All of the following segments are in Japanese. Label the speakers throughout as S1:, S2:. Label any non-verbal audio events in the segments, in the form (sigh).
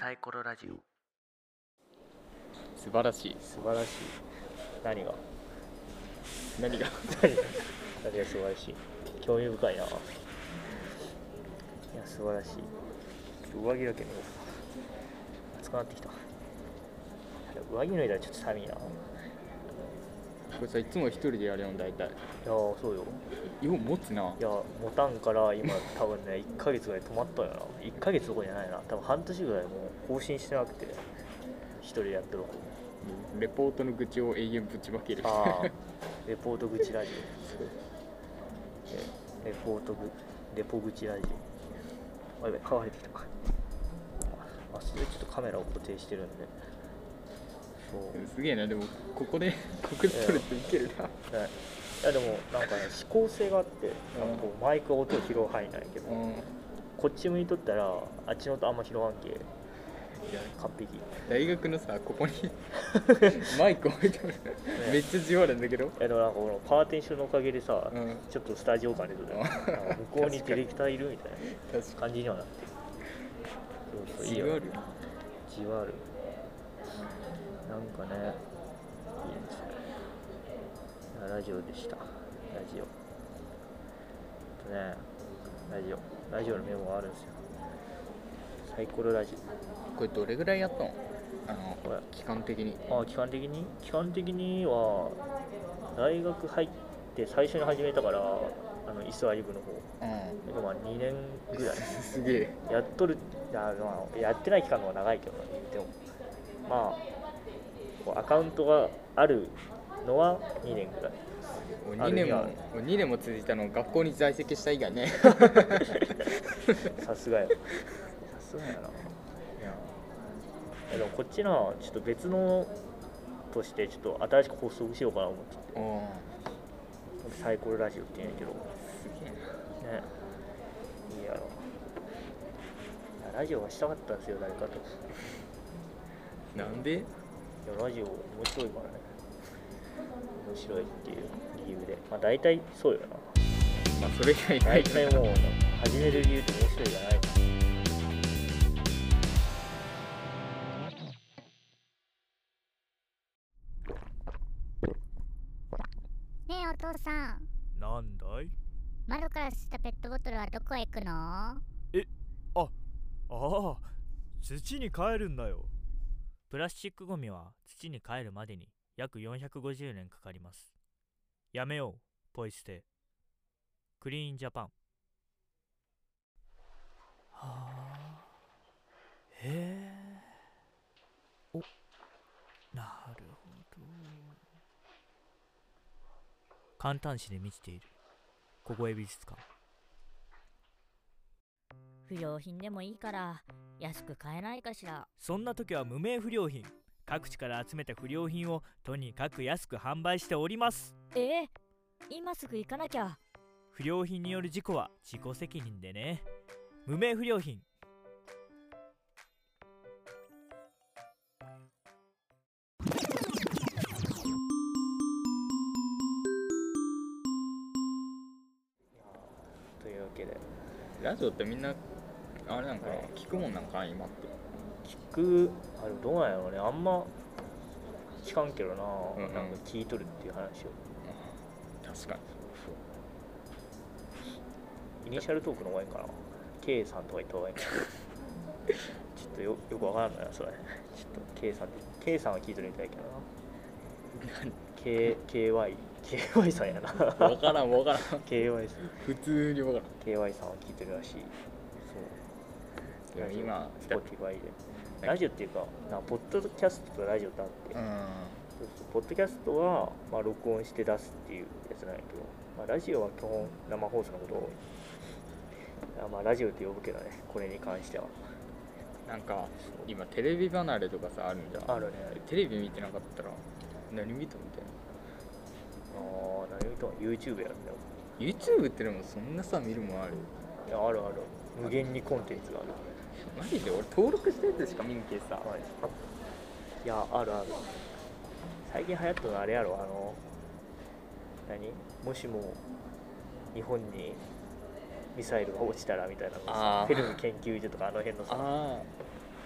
S1: サイコロラジオ
S2: 素晴らしい
S3: 素晴らしい何が
S2: 何が
S3: 何が何が素晴らしい
S2: 興味深いない
S3: や素晴らしい上着だけど暑くなってきたいや上着脱いだらちょっと寒いないや
S2: これさいつも一人でやるよ大体
S3: そうよ
S2: よう持つない
S3: や持たんから今多分ね1ヶ月ぐらい止まったよな1ヶ月どころじゃないな多分半年ぐらいもう更新してなくて一人でやってる
S2: レポートの愚痴を永遠ぶちまける
S3: ああレポート口ラジオレレポートぐレポ口ラジオあやばい乾いてきたあそれちょっとカメラを固定してるんでそう
S2: (laughs) すげえなでもここでここで撮るっていけるな、
S3: ねいやでもなんかね指向性があってなんかこうマイクは音を拾う範囲なんやけど、
S2: うんい
S3: こっち向いとったらあっちの音あんま拾わんけ
S2: や
S3: 完璧い
S2: 大学のさここにマイク置いてあるめっちゃじわるんだけど
S3: やでもなんかこのパーティションのおかげでさ、
S2: うん
S3: ちょっとスタジオ感出てたよ
S2: あ
S3: なんか向こうにディレクターいるみたいな
S2: 確か
S3: 感じにはなってるそうそう
S2: に
S3: いい
S2: じ
S3: よ
S2: わるよ
S3: じわるなんかねいいですねラジオでしたラジオとねラジオラジオのメモがあるんですよサイコロラジ
S2: これどれぐらいやったのあの
S3: これ
S2: 期間的に
S3: オあ基本的に基本的には大学入って最初に始めたからあのイスラリブの方
S2: う
S3: でまあ2年ぐらい
S2: ん (laughs) すげえ
S3: やっとるあまあやってない期間の方が長いけどねでもまあこうアカウントがあるのは2年ぐらい
S2: 2年も2年も続いたの学校に在籍した以外ね
S3: さすがよさすがやないやいやでもこっちのちょっと別のとしてちょっと新しく発足しようかな思ってて
S2: うん
S3: サイコロラジオって言うんやけどね
S2: すげえ
S3: いいやろいやラジオがしたかったんですよ誰かと
S2: ななんで
S3: いやラジオ面白いからね面白いっていう理由でまあ大体そうよな
S2: まあそれ以外な
S3: 大
S2: い
S3: 体もう始める理由って面白いじゃない
S4: ねえお父さん
S5: なんだい
S4: 窓から捨てたペットボトルはどこへ行くの
S5: ああ土に帰るんだよプラスチックゴミは土に帰るまでに約450年かかりますやめようポイ捨てクリーンジャパンはあへえおなるほど簡単紙で満ちているここへ美術館
S6: 不良品でもいいから安く買えないかしら
S5: そんな時は無名不良品各地から集めた不良品をとにかく安く販売しております
S6: ええ今すぐ行かなきゃ
S5: 不良品による事故は自己責任でね無名不良品
S3: というわけで
S2: ラジオってみんなあれなんかな
S3: はい
S2: 聞くもんなんかな今って
S3: 聞くあれどうなんやろうねあんま聞かんけどな,、
S2: うんうん
S3: なんか聞いとるっていう話を
S2: 確かに
S3: イニシャルトークの方がいいんかな K さんとか言った方がいいんかなちょっとよよくわからんのよそれちょっと K さんって K さんは聞いとるみたいけどな K- KY KY さんやな
S2: 分からん分からん
S3: KY さん
S2: 普通に分か
S3: KY さんは聞いてるらしいそう
S2: らんでも今
S3: スポティファイでラジオっていうかなんかポッドキャストとラジオってあって、
S2: うん
S3: そうそうポッドキャストは、まあ、録音して出すっていうやつなんやけど、まあ、ラジオは基本生放送のことを多いあまあラジオって呼ぶけどねこれに関しては
S2: なんか今テレビ離れとかさあるんじゃん
S3: あるね
S2: テレビ見てなかったら何見たみたいな
S3: ああ何言うとん YouTube やるんだよ
S2: YouTube ってでもそんなさ見るもんある
S3: いやあるある無限にコンテンツがある
S2: マジで俺登録したやつしか見んけさ
S3: はいいやあるある最近流行ったのあれやろあの何もしも日本にミサイルが落ちたらみたいなのさ
S2: あー
S3: フェルム研究所とかあの辺のさ
S2: あ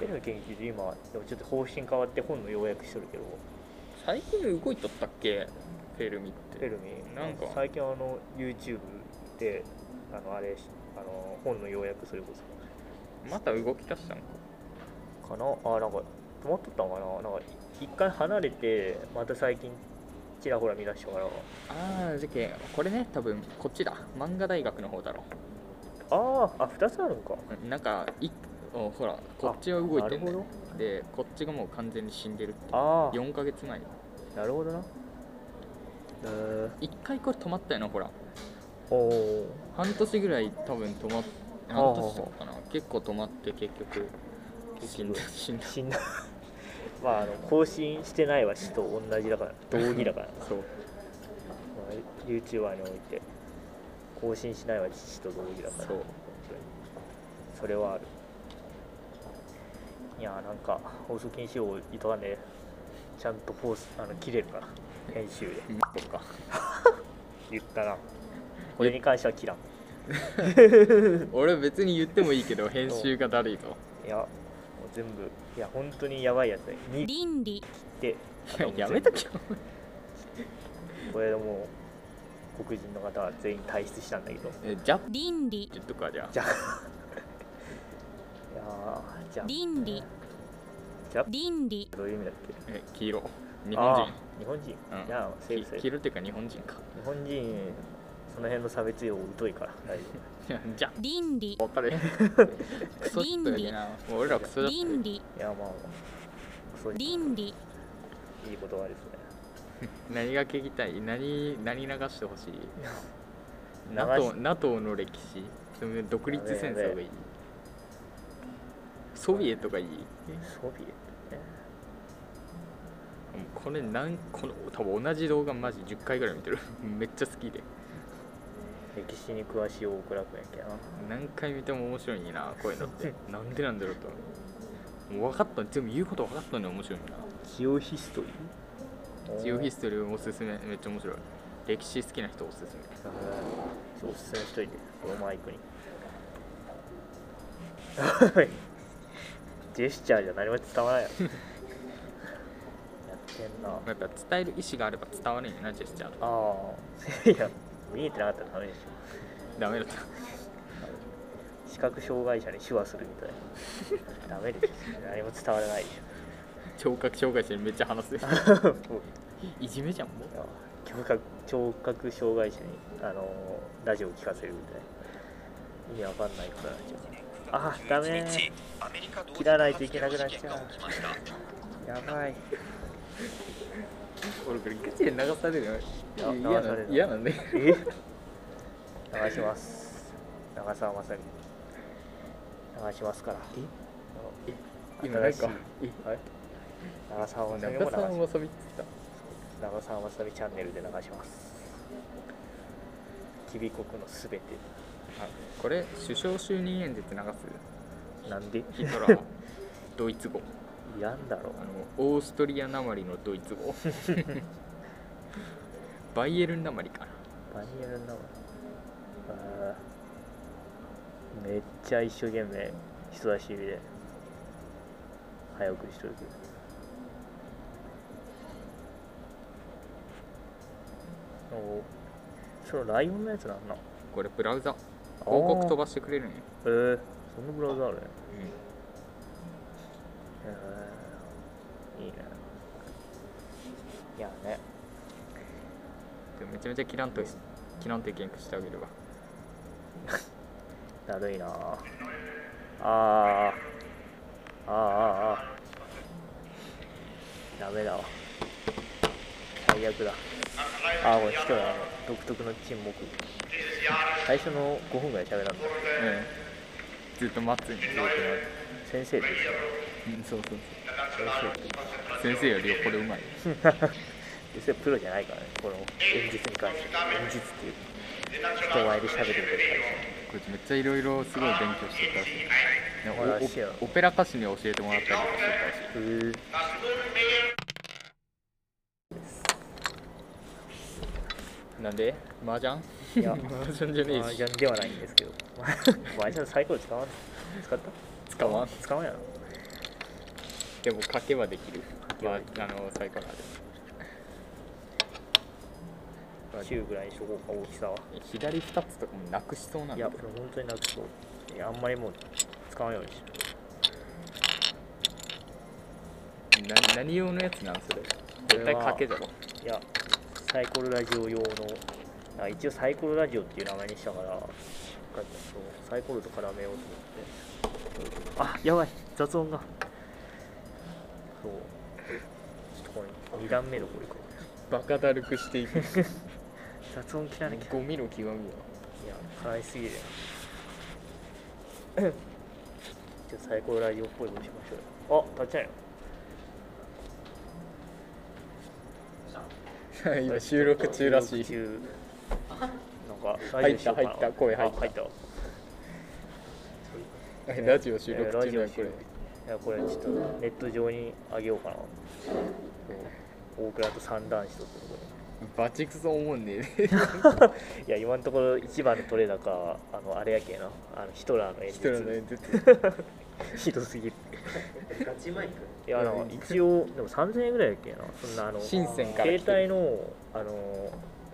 S3: ペルの研究所今でもちょっと方針変わって本の要約しとるけど
S2: 最近動いとったっけフェルミって
S3: ペルミ
S2: なんか
S3: 最近あの YouTube であのあれあの本の要約それこそ
S2: また動き出したの
S3: か
S2: か
S3: なあなんか止まっとったんかななんか一回離れてまた最近ちらほら見出したから
S2: ああじゃけこれね多分こっちだ漫画大学の方だろ
S3: あーあ二つあるんか
S2: うんなんかいおほらこっちは動いてる、
S3: なる
S2: ね、でこっちがもう完全に死んでるって
S3: ああ
S2: 4ヶ月前
S3: なるほどなえー、
S2: 一回これ止まったよなほら
S3: おお
S2: 半年ぐらい多分止まっ
S3: あ
S2: 半年とかかな結構止まって結局死んだ死んだ
S3: 死んだ (laughs) まああの更新してないわ死と同じだから同義だから、ま
S2: そう
S3: あ、YouTuber において更新しないわ死と同義だから
S2: そう
S3: それはあるいやーなんか放送禁止用いとかねちゃんと放送あの切れるかな編集で
S2: うんそっか
S3: 言ったなこれに関しては切らん
S2: 俺別に言ってもいいけど編集がだるいぞ
S3: いやもう全部いや本当にやばいやつねに切
S6: 倫理
S3: って
S2: い (laughs) ややめとけよ
S3: これでもう黒人の方は全員退出したんだけどい
S2: えジャッ
S6: 倫理
S2: 言っとくわじゃあ
S3: じゃやーじゃあ
S6: 倫理
S3: じゃ
S6: 倫理
S3: どういう意味だっけ
S2: え黄色日本人
S3: あー日本人、
S2: うん
S3: じゃあセーフセー
S2: き
S3: フ
S2: 黄色っていうか日本人か (laughs)
S3: 日本人その辺の差別用疎いから大丈
S2: いやじゃ (laughs) あ
S6: 倫理
S2: 分かるクソちょっとやけなもう俺らクソだ
S6: 倫理
S3: 夫いやまあそういい
S6: 倫理
S3: ことはですね
S2: 何が聞きたい何何流してほしい
S3: 流し
S2: NATO, NATO の歴史その独立戦争がいいソビエトがいい
S3: ソビエトね
S2: もうこれなんこの多分同じ動画マジ10回ぐらい見てる (laughs) めっちゃ好きで
S3: 歴史に詳しい大倉君やけな
S2: 何回見ても面白いなこういうのって
S3: (laughs)
S2: なんでなんだろうともう分かった全部言うこと分かったのに面白いな
S3: ジオヒストリー
S2: ジオヒ
S3: ス
S2: ストリーおすすめめっちゃ面白い歴史好きな人おすすめ
S3: トリーおすすめしといてこのマイクにジェスチャーじゃ何も伝わらないやろやってんなあ
S2: やっぱ伝える意思があれば伝わるんやなジェスチャーとか
S3: あいや見えてなかったらダメでしょ
S2: ダメだった
S3: 視覚障害者に手話するみたい (laughs) なダメでしょ何も伝わらないでし
S2: 聴覚障害者にめっちゃ (laughs) 話す
S3: ょもう
S2: いじめじゃんもう
S3: いや聴覚聴覚障害者にあのーラジオを聞かせるみたいな意味わかんないからあダメ切らないといけなくなっちゃうやばい
S2: 俺これガチで流されるの
S3: い
S2: 嫌
S3: 流さ
S2: な
S3: れる
S2: 嫌なんで
S3: え流します長澤まさみ流しますからえ
S2: 今なんかえ
S3: 長澤まさみも
S2: 長
S3: 流し
S2: 澤
S3: ます
S2: まさみって言っ
S3: 長澤まさみチャンネルで流しますきびこくのすべて
S2: たあこれ首相就任演説流
S3: なんです
S2: ヒトラ (laughs) ードイツ語
S3: いらんだろ
S2: あのオーストリアなまりのドイツ (laughs) 語バイエルンなまりかな
S3: バニエルなのあーめっちゃ一生懸命人差し指で早送りしとるけどおーそのライオンのやつなんな
S2: これブラウザ広告飛ばしてくれるんよ、
S3: えー、そんなブラウザあるね
S2: う
S3: えーいいねいやね
S2: ん、でもめちゃめちゃキランとキランと意見してあげるわ
S3: だるいなああああああダメだわ最悪だああこれ人だ独特の沈黙最初の5分ぐらい喋らんだ
S2: うんずっと待つんよずっと待
S3: 先生でし
S2: つうんそうそう
S3: た先生って
S2: そう先生よりよっぽどうまい
S3: 実際プロじゃないからねこの演説に関して演説っていう人前で喋ることに対して
S2: こいつめっちゃいろいろすごい勉強してたらしいね
S3: ほらシェ
S2: おおオペラ歌手に教えてもらったりとかしてたらしい
S3: うん
S2: なんで麻雀
S3: いや
S2: (laughs) 麻雀じゃね
S3: 麻
S2: えし
S3: 雀では (laughs) ないんですけど麻雀サイコロ使わん使った
S2: 捕まん
S3: 使わんやろ
S2: でも書けばできる。
S3: け
S2: ま
S3: ば
S2: あ
S3: で、
S2: あの、最高なんで。
S3: 中ぐらいにしとこうか大きさは
S2: 左2つとかもなくしそうなん
S3: い
S2: だ
S3: や
S2: け
S3: こ
S2: ど
S3: れ本当になくそういやあんまりもう使わんようにしよ
S2: な何用のやつなんそれ絶対賭けだろ
S3: ういやサイコロラジオ用のあ一応サイコロラジオっていう名前にしたからなんかそうサイコロと絡めようと思ってあやばい雑音がそうちょっとこれ2段目のこれか
S2: バカだるくしていく
S3: 雑音切らなきゃい
S2: ゴミの極みよ
S3: や払いすぎるよ (coughs) ちょっとサイコロラジオっぽいことしましょうよあ立ちないよ
S2: (laughs) 今収録中ら (laughs) しい
S3: 収録中なんか
S2: 入った入った声入った
S3: あ入ったい
S2: ラジオ収録中だ
S3: ラ
S2: よ
S3: ジオ収
S2: これ
S3: 録やこれちょっとネット上にあげようかな大倉と三段子とってこ
S2: バチクソ思うんねえ
S3: とでいや今のところ一番のトレーダーかあのあれやけなあのヒトラーの演
S2: 一人の
S3: 説
S2: 演説
S3: ひどすぎる
S1: ガチマイク
S3: いやあの一応でも3000円ぐらいやっけなそんなあの
S2: 深センから
S3: 携
S2: 来て
S3: 帯
S2: る
S3: のあの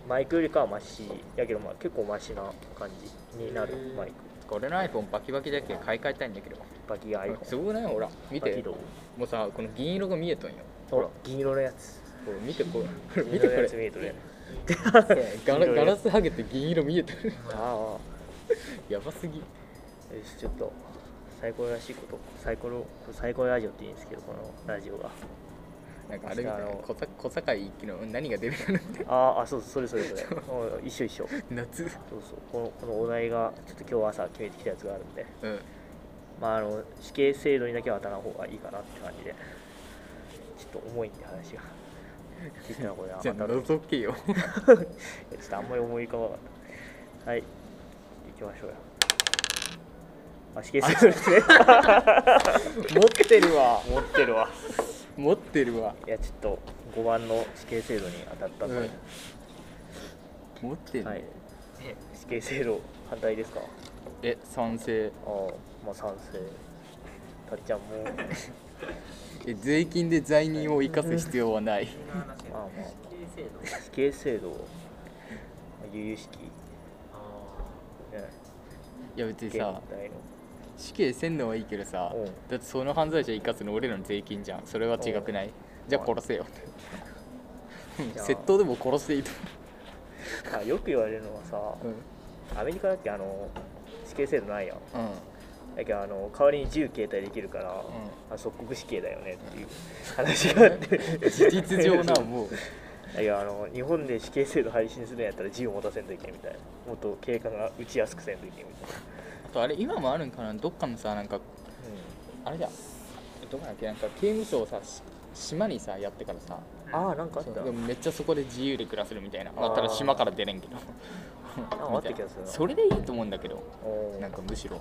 S3: マイクよりかはマシやけどまあ結構マシな感じになるマイク
S2: これの iPhone バキバキだけど買い替えたいんだけど
S3: バキが iPhone
S2: すごくないほら見
S3: バキ
S2: て
S3: どう
S2: もうさこの銀色が見えとんよ
S3: ほら銀色のやつ
S2: ほら見てこれ (laughs) 見
S3: 見て
S2: てこ
S3: こ
S2: れ
S3: れ見えと
S2: (laughs)
S3: る
S2: ガラ
S3: 銀色のやつ
S2: ガラス剥げて銀色見えてる
S3: ああよ
S2: やばすぎ
S3: しちょっとサイコロらしいことサイコロサイコロラジオって言うんですけどこのラジオ
S2: (laughs)
S3: が
S2: なんかあれみたいな
S3: あの
S2: 小さ小坂井一輝の何が出るかなって
S3: あーあそうそうそれそれそれうん一緒一緒そう
S2: 夏
S3: そうこのこのお題がちょっと今日朝決めてきたやつがあるんで
S2: うん
S3: まああの死刑制度にだけは当たらん方がいいかなって感じでちょっと重いんで話
S2: (laughs)
S3: が実はこれは
S2: じゃあ
S3: 当たる
S2: 覗けよ (laughs)
S3: ちょっとあんまり思い浮かばなかったはい行きましょうよあ死刑制度ですね
S2: 持ってるわ
S3: 持ってるわ
S2: 持ってるわ
S3: いやちょっと5番の死刑制度に当たったんで、
S2: 持ってる、
S3: はい死刑制度反対ですかあ
S2: え賛成
S3: あまあ賛成たっちゃんも
S2: え税金で罪人を生かす必要はない
S3: まあまあ
S1: 経営制度
S3: 死刑制度悠々しきね
S2: いや別に
S3: 現代
S2: さ
S3: の
S2: 死刑せんのはいいけどさ
S3: うん
S2: だってその犯罪者生かすの俺らの税金じゃんそれは違くないじゃあ殺せようん
S3: じゃあ
S2: 窃盗でも殺していいと
S3: あよく言われるのはさ
S2: 思う
S3: アメリカだっけあの死刑制度ないやん
S2: うん、うん
S3: だけどあの代わりに自由携帯できるから、あ即刻死刑だよねっていう話があ
S2: (laughs)
S3: って
S2: 事実上なもう
S3: いやあの日本で死刑制度配信するんやったら銃を持たせんといけんみたいなもっと警官が撃ちやすくせんといけんみたいな、
S2: あとあれ今もあるんかなどっかのさなんかあれじゃんどこだっけなんか刑務所をさし島にさやってからさ
S3: ああなんかあっ
S2: そう
S3: た
S2: でもめっちゃそこで自由で暮らせるみたいな
S3: あー
S2: あったら島から出れんけど
S3: ああった気がするな
S2: それでいいと思うんだけど
S3: おー
S2: なんかむしろ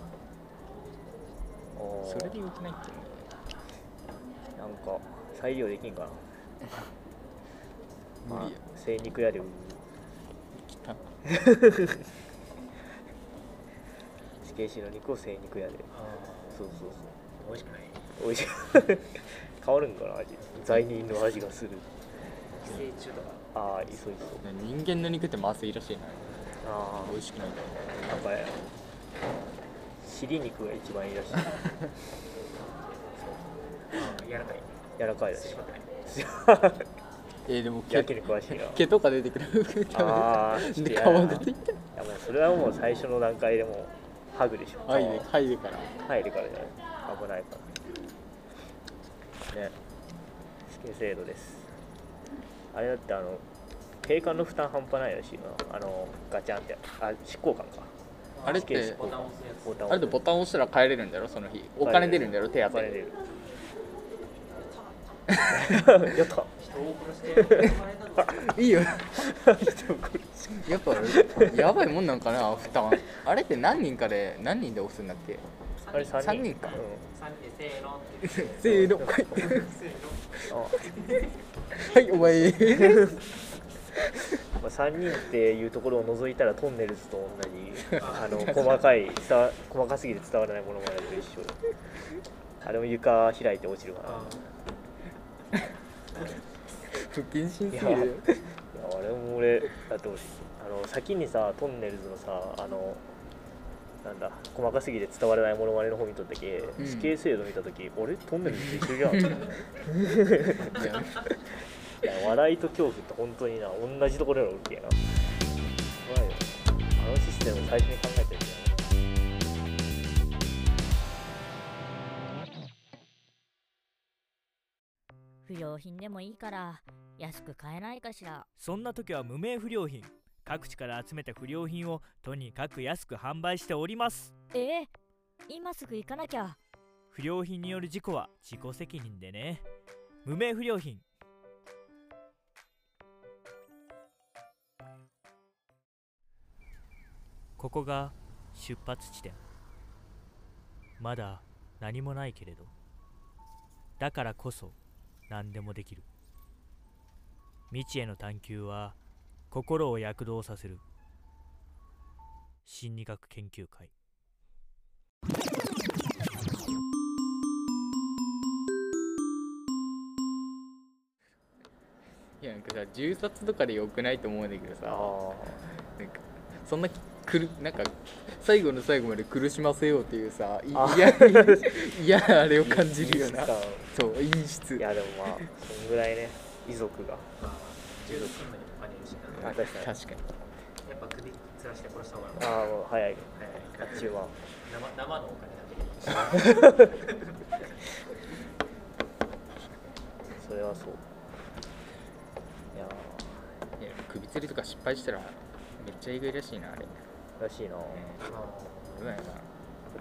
S3: おー
S2: それでよくないっていう
S3: なんか再利用できんかな
S2: 無
S3: ま
S2: 理や
S3: あ精肉屋で売る
S2: 汚
S3: 死刑囚の肉を精肉屋でそうそう
S1: 美味しくない
S3: そうおいしい変わるんかな味罪人の味がする
S1: 寄生虫とか
S3: ああいそういそう
S2: 人間の肉ってまずいらしいな
S3: あ
S2: 美味しくない
S3: あなんかね尻肉が一番いいらしい
S1: 柔らかい
S3: 柔らかいらしい
S1: しまったり
S3: (laughs)
S2: えー、でも毛
S3: 焼きに詳し
S1: (laughs)
S3: いな
S2: 毛とか出てくる
S3: あーちょっと
S2: で皮
S3: 嫌だな
S2: が出てきた
S3: いやもうそれはもう最初の段階でもうハグでしょ
S2: はいではいでから
S3: 入るからじゃない危ないからね死刑制度ですあれだってあの警官の負担半端ないらしいなあのガチャンってあ執行官か
S2: あれっ
S3: 死刑執
S2: て
S3: 行
S1: ボタ
S3: 官
S1: ン押すやつ
S3: ボタン
S2: あれでボタン押したら帰れるんだろその日お金出るんだろ手当
S3: お
S2: て
S3: 金出る
S1: (laughs)
S3: やった
S1: 人を殺して生まれたの
S2: い (laughs) いよやっぱやばいもんなんかな負担あれって何人かで何人で押すんだっけ
S3: あれ3人
S2: 三人か
S1: 3人でせーのって
S2: せーのはい
S1: せーの
S3: うんあ
S2: (laughs) はいお前
S3: まあ、3人っていうところを除いたらトンネルズと同じあの細かい伝わ細かすぎて伝わらないものまでと一緒あれも床開いて落ちるか
S1: あ
S2: 不謹慎すぎ
S3: いや
S2: る
S3: いやあれも俺だって俺あの先にさトンネルズのさあのなんだ細かすぎて伝わらないモノマネの方見とった時、
S2: うん
S3: 死刑制度見た時俺トンネルズと一緒じゃんいや
S2: いや
S3: 笑いと恐怖って本当にな同じところやろうけやな怖いよあのシステム最初に考えてるんだよね
S6: 不良品でもいいから安く買えないかしら
S5: そんな時は無名不良品各地から集めた不良品をとにかく安く販売しております
S6: ええ今すぐ行かなきゃ
S5: 不良品による事故は自己責任でね無名不良品ここが出発地点まだ何もないけれどだからこそ何でもできる未知への探求は心を躍動させる心理学研究会
S2: いやなんかさ10冊とかでよくないと思うんだけどさ
S3: あ
S2: なんかそんなくるなんか最後の最後まで苦しませようっていうさい
S3: あ
S2: (laughs) 嫌いやいやあれを感じるよな
S3: あ
S2: そう陰湿
S3: いやでもまあそんぐらいね遺族が
S1: まあ重度訓練とかにいるしな
S3: あ
S1: や
S3: 確かにあ
S2: 確かに
S1: っぱ首吊らして殺した方が
S3: あもう早い
S1: 早い
S3: あっちゅうま
S1: 生生のお金だけで
S3: それはそういや
S2: いや首吊りとか失敗したらめっちゃ意外らしいなあれ
S3: ーらしいな
S2: どうなんや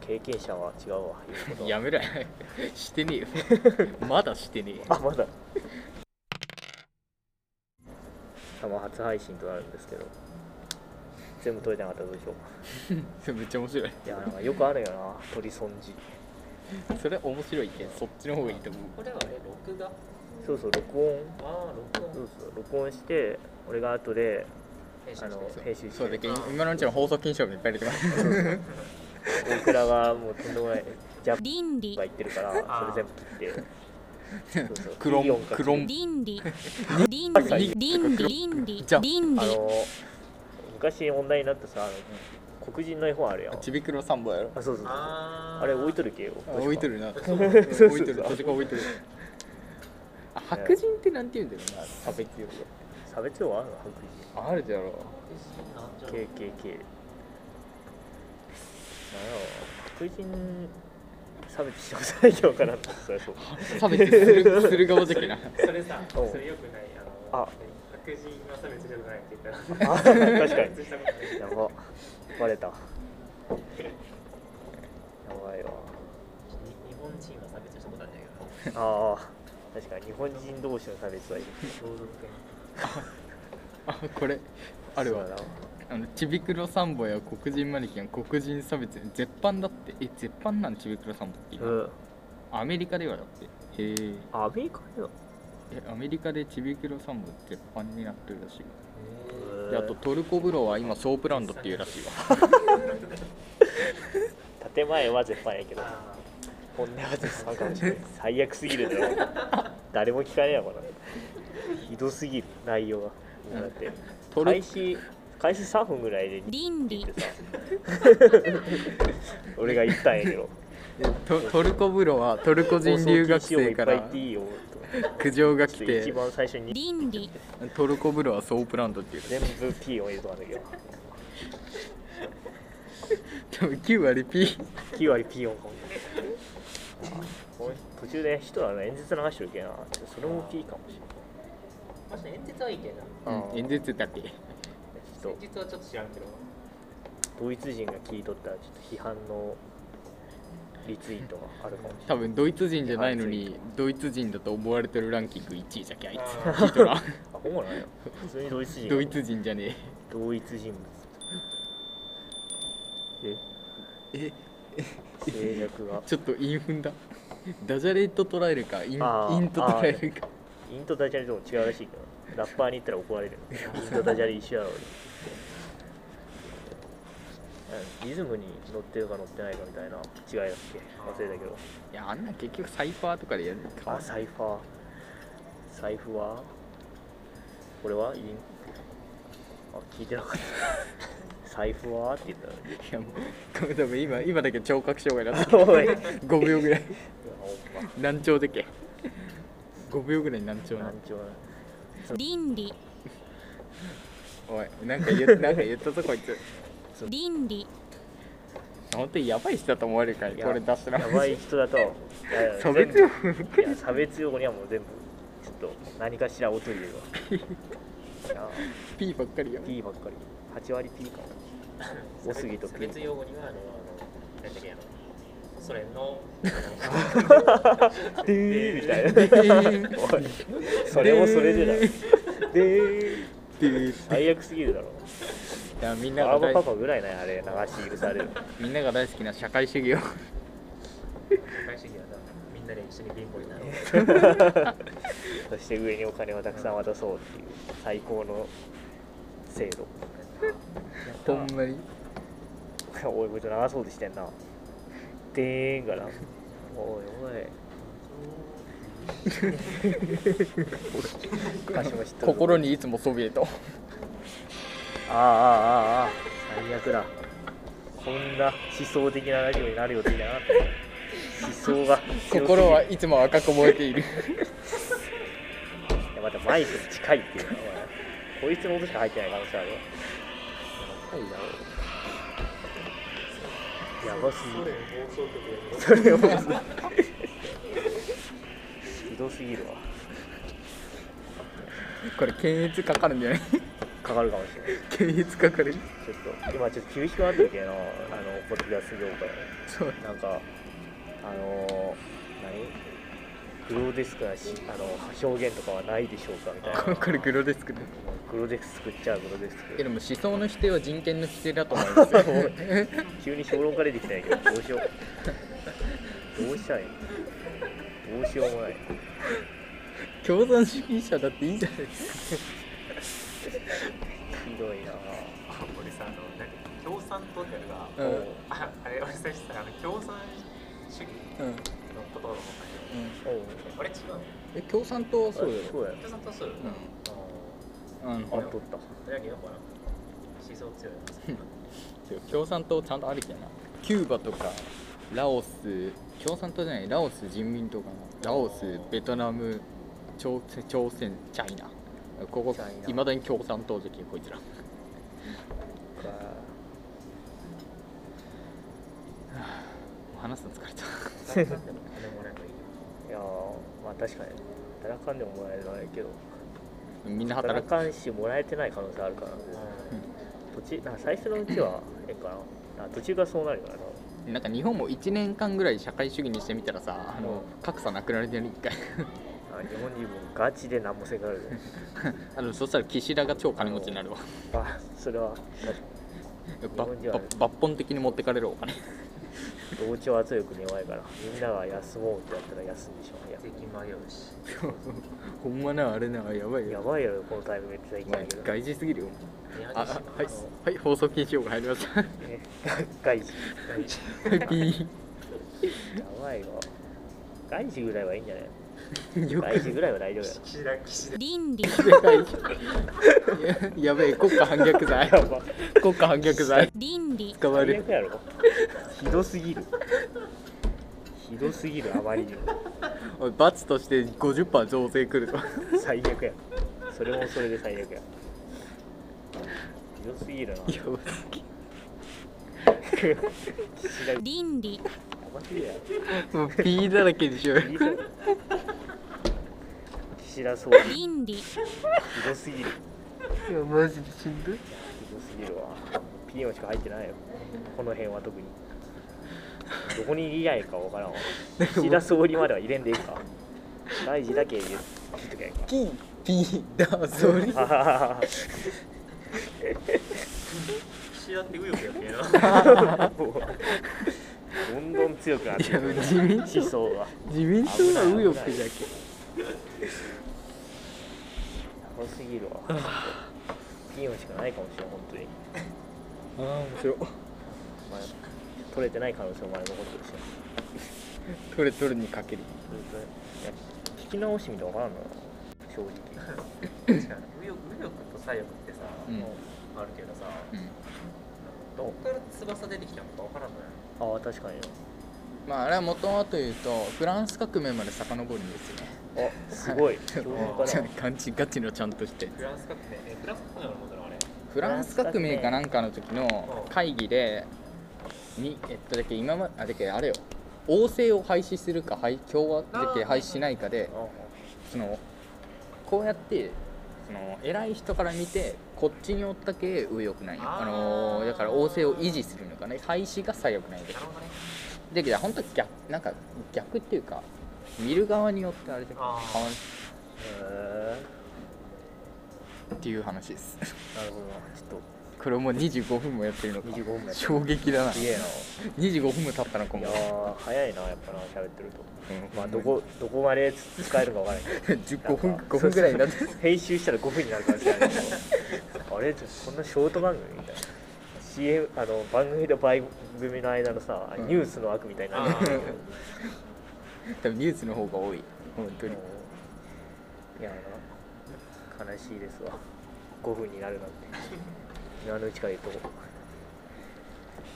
S3: 経験者は違う (laughs) わ言うこと
S2: な
S3: は
S2: やめろ (laughs) してね (laughs) えよまだしてねえ
S3: あまだたま初配信となるんですけど全部撮れてなかったらどうしよう
S2: それめっちゃ面白い
S3: いやなんかよくあるよな取り損じ
S2: それ面白いけんそっちの方がいいと思う
S1: これはあれ録画あ
S3: そうそう録音
S1: あ録
S3: そ
S1: 音
S3: うそう録音して俺が後で
S1: 編集
S3: あ
S1: して
S3: の
S2: そう
S3: 編集して
S2: そうだけど今のうちの放送禁止用もいっぱい入れてます
S3: 大倉がもうとんでもないジャンプ
S6: 倫理
S3: が言ってる (laughs) から
S1: あー
S3: それ全部切ってそうそう
S2: クロ
S3: いい音
S2: ン
S3: 楽
S2: クロン
S6: 倫理倫
S2: 理
S6: 倫理倫理
S2: じゃあ
S6: 倫
S3: あの昔問題になったさあの黒人の絵本あるやんあ
S2: ちびくろ3本やろ
S3: そうそうそうあ
S1: あ
S3: れ置いと
S1: る
S3: るけよ
S2: あ置いと
S3: る
S2: るな
S3: う
S2: 置い
S3: (laughs)
S2: と
S3: そうそう
S2: る閉じ込め置いとるあ白人ってなんて言うんだろうな差別用語
S3: 差別用はあるの白人
S2: あるじゃろ
S3: KKK なんやろ白人差別してほしいけどからんってそれ
S2: (laughs)
S3: そう
S2: 差別するする側じゃけな
S1: それさ
S3: おう
S1: それよくないあの
S3: あ
S1: 白人は差別したくないって言ったら
S3: あ確かに
S1: したことない
S3: やばバレたやばいわ
S1: 日本人は差別したことあるんだけど
S3: ああ確かに日本人同士の差別はいい
S1: 同族権
S2: (laughs) あこれあるわ
S3: そうだな
S2: あのちびくろ三本や黒人マネキンは黒人差別絶版だってえ絶版なんちびくろ三本って今、
S3: うん
S2: アメリカではだってへえ
S3: アメリカでは
S2: えアメリカでちびくろ三本絶版になってるらしいよで
S3: え
S2: あとトルコ風呂は今ソープランドっていうらしいわ
S3: ー建前は絶対やけど
S1: あ
S3: 本音は絶賛かもしれない最悪すぎるだろ誰も聞かねえやこれひどすぎる内容がだって
S2: トル
S3: 開始開始3分ぐらいで
S6: 倫理
S3: ってさ俺が言ったんやけど
S2: トトルコ風呂はトルコ人留学生か
S3: 放
S2: ら
S3: 送禁止用いっぱい言っていいよ
S2: 苦情が
S3: と
S2: 来
S3: ちょっと一
S2: て
S3: 番最初に
S6: 倫理
S2: トルコ風呂はソープランドっていう
S3: 全部 P を入れとかんだけど
S2: 多分9割 P
S3: 9割 P 音かも途中で人はね演説流してるけどなそれも P かもしれない
S1: あ確かに演説はいいけど
S3: あ
S2: うん演説だけ
S3: ちょっ
S1: 演説はちょっと知らんけど
S3: とドイツ人が聞いとったらちょっと批判のリツイートがあるかもしれない
S2: 多分ドイツ人じゃないの
S3: あい
S2: にドイツ人だと思われてるランキング1位じゃけあい
S1: あ
S2: つヒトラー
S3: あ
S2: (laughs)
S3: ほんまなんや普通にドイツ人
S2: ドイツ人じゃね
S3: 同一人物え
S2: え
S3: 静寂が
S2: えちょっと陰踏んだダジャレと捉えるか陰
S3: あー
S2: 陰と捉えるか
S3: インとダジャレとも違うらしいけどラッパーに言ったら怒られるインとダジャレ一緒やろ俺リズムに乗ってるか乗ってないかみたいな違いだっけ忘れたけど
S2: いやあんな結局サイファーとかでやるか
S3: あサイファー財布はこれはいいあ聞いてなかった財布はって言ったら
S2: いやもうこれ多分今今だけ聴覚障害 (laughs) だった
S3: おい
S2: 5秒ぐらい
S3: ほんま
S2: 難聴でけ5秒ぐらい難聴な
S3: なんちゅうの
S6: 倫理
S2: おいなんか言っなんか言ったぞこいつ
S6: 倫理
S2: 本当にやばい人だと思われるから
S3: いや
S2: これ出したら
S3: やばい人だといやいや
S2: 差別用
S3: 全部いや差別用語にはもう全部ちょっと何かしら音入れるわいや
S2: P ばっかりや
S3: P ばっかり8割 P か多すぎと
S1: 差別用語にはあのあのなんだっけあのソ連の
S3: なでーみたいな
S2: で
S3: おいそれもそれでだ
S2: で
S3: でー
S2: で
S3: 最悪すぎるだろ
S2: いやみんな
S3: バ
S2: が
S3: ーバ
S2: 大
S3: パパぐらいなあれ流し許される
S2: みんなが大好きな社会主義を
S1: 社会主義はなみんなで一緒に貧乏になろ
S3: そ
S1: う
S3: して上にお金をたくさん渡そうっていう最高の制度
S2: (laughs) ほんまに
S3: (laughs) おいこいつ流そうとしてんなでーんがなおいおい歌詞も知っとる
S2: 心にいつもそびえと
S3: ああああああ最悪だこんな思想的なラジオになる予定だなって思想が強すぎる
S2: 心はいつも赤く燃えている
S3: いやまたマイクに近いっていうのはお前こいつの音しか入ってない可能性あるわやばすぎるそれをひどすぎるわ
S2: (laughs) これ検閲かかるんじゃない
S3: かかるかもしれない
S2: (laughs) 検閲かかる
S3: ちょっと今ちょっと厳しくなってるけどあのポッドキャスト業界
S2: そう
S3: なんかあのー、何グロデスクなしあの表現とかはないでしょうかみたいな
S2: これグロデスクだ
S3: グロデスクっちゃグロデス
S2: いやで
S3: ク
S2: も思想の否定は人権の否定だと思いますよ
S3: 急に評論家出てきたんやけどどうしようどうしたらいいどうしようもない
S2: (laughs) 共産主義者だっていいんじゃないですか
S3: ひどいな
S1: 俺さあのなんか共産党ってやつが
S2: うんうん
S3: おう
S1: ああれ俺最初さあの共産主義のことを思ったけ
S3: おう
S1: どあれ違うの
S2: え共産党はそうだよ
S3: そうや
S1: 共産党そうよな
S2: う
S1: あ
S2: ん、うん、
S3: あ
S2: ほ
S3: っ
S2: ん
S3: と (laughs) った
S1: ーだけどやっぱな思想強いな
S2: 共産党ちゃんとあるけどなキューバとかラオス共産党じゃないラオス人民党かなラオスベトナム朝朝鮮チャイナここ
S3: チャイナ
S2: いまだに共産党好きこいつら
S3: か
S2: 話すの疲れた
S1: 誰かっても金もらえばいいよ
S3: いやーまあ確かに働かんでももらえないけど
S2: (laughs) みんな働
S3: 働
S2: く
S3: かんしもらえてない可能性あるから途中なんか最初のうちはええかなあ途中がそうなるからな
S2: なんか日本も1年間ぐらい社会主義にしてみたらさあの格差なくなるじゃない一回
S3: あ日本人もガチで何もせん
S2: (laughs)
S3: からね
S2: あのそしたら岸田が超金持ちになるわ
S3: あそれは確か
S2: ばば抜本的に持ってかれるお金
S3: に同調圧力に弱いからみんなが休もうってやったら休んでしょいや
S1: 税金も迷う
S2: (laughs)
S1: し
S2: ほんまなあれなやばい
S3: や
S2: よ
S3: ばいやろこのタイミングで最
S2: お
S3: 近だ
S2: 前
S3: けど
S2: 外事すぎるよ
S1: 値上げし
S2: あ
S1: ます
S2: あはいはい放送禁止用語入りましたは
S3: ね外資
S1: 大事
S2: いピ
S3: やばいわ外資ぐらいはいいんじゃない
S2: ーよ
S3: 外資ぐらいは大丈夫だよ
S1: 岸田岸田
S6: 倫理
S2: く外事ややべえ国家反逆罪
S3: やば
S2: 国家反逆罪
S6: 倫理
S2: 捕ま
S3: 最
S2: る
S3: 悪やろひどすぎるひどすぎるあまりにも
S2: おい罰として50%増税くるぞ
S3: 最悪やそれもそれで最悪やひどすぎるな
S2: やばい
S3: 岸田や
S6: 倫理
S3: ばすぎるやろ
S2: もうピーだらけにしようよ
S3: いいぞ岸田総理ひ
S6: 倫理
S3: どすぎるひ
S2: いやマジでしんどい
S3: どすぎるわピーマンしか入ってないよこの辺は特にどこに入れないかわからんわ岸田総理までは入れんでいいか大事だけ入れ切っとけばいいか
S2: ピーピーだそれ
S3: あははは
S2: (laughs)
S3: は
S1: 岸田って右翼やっけな
S3: どんどん強くなって
S2: いや自民党
S3: 思想がや
S2: 自民党は右翼じゃけ
S3: ばすぎるわピーマンしかないかもしれん本当に
S2: ああ面白い
S3: まあ取れてない可能性もある残ってるし
S2: 取れ取るにかける
S3: 本当にいや聞き直してみてわからんの
S2: 正直
S1: 確かに右翼右翼と左翼ってさ、
S2: うん
S1: もうあるけどさ
S2: うん
S1: どっから翼出てきたのかわからんのよ
S3: ああ確かによ
S2: まああれはもとはというとフランス革命まで遡るんですよね
S3: あすごい
S2: ちょ
S3: 教本から
S2: っと (laughs) ガチガチのちゃんとして
S1: フランス革命えフランス革命のものなのあれ
S2: フランス革命かなんかの時の会議でにえっとだけ今まあだけあれよ王政を廃止するか廃共和だけ廃止しないかで
S3: あ
S2: そのこうやってその偉い人から見てこっちにおったけ右翼なんよ
S1: あー
S2: あのーだから王政を維持するのかね廃止が左翼なんよ
S1: なるほどね
S2: だけど本当逆なんか逆っていうか見る側によってあれで変わ
S1: あー
S3: へ
S2: るっていう話です (laughs)
S3: えなるほどなちょっ
S2: これもう25分もやってるの
S3: と
S2: か
S3: 25分やった
S2: 衝撃だな
S3: すげえ
S2: 25分も経ったのか
S3: ない
S2: も
S3: やー早いなやっぱな喋ってると
S2: うん
S3: まあど
S2: (laughs)
S3: こどこまで使えるかわからないけど
S2: 5分5分ぐらいになって
S3: (laughs) そうそう編集したら5分になるかもしれないけどあれこんなショート番組みたいな CM あの番組と番組の間のさ、
S2: うん
S3: ニュースの枠みたいにな
S1: あ
S3: の
S1: ー
S2: 多分ニュースの方が多い本当に
S3: いやあの悲しいですわ5分になるなんて今のうちから言っとこ
S1: 友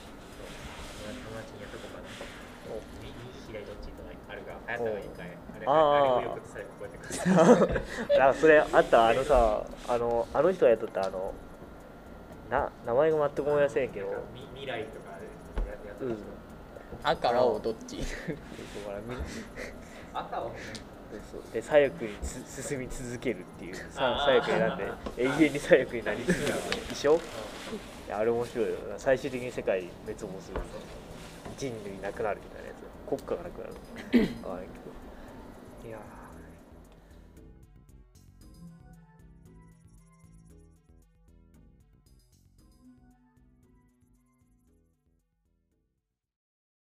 S1: 達にやっとこうかな
S3: お
S1: 右左どっちとかあるが流行ったら一回あれ
S3: あー
S1: あれ右翼と左翼こうやってくる
S3: うあそれあったあのさあのあの人がやっとったあのな名前が全く思い出せんけど、
S1: み未来とかあれやってやって
S3: うん、
S1: た
S3: よ
S1: 人
S2: 赤青どっち
S3: くわからんみ
S1: 赤を
S3: で左翼につ進み続けるっていうさ
S1: あ
S3: 左
S1: ー
S3: 翼選んで永遠に左翼になり続けるでしょいやあれ面白いよな最終的に世界滅亡する人類なくなるみたいなやつ国家がなくなるあれ